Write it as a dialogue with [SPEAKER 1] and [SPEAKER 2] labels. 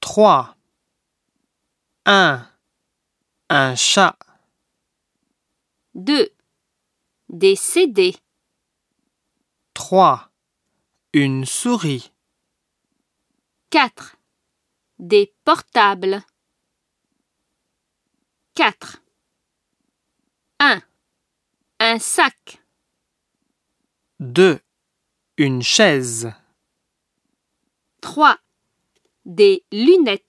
[SPEAKER 1] 3 1 Un chat
[SPEAKER 2] 2. Des CD,
[SPEAKER 1] 3 Une souris
[SPEAKER 2] 4. Des portables. 4. 1. Un sac,
[SPEAKER 1] 2 Une chaise
[SPEAKER 2] 3. Des lunettes.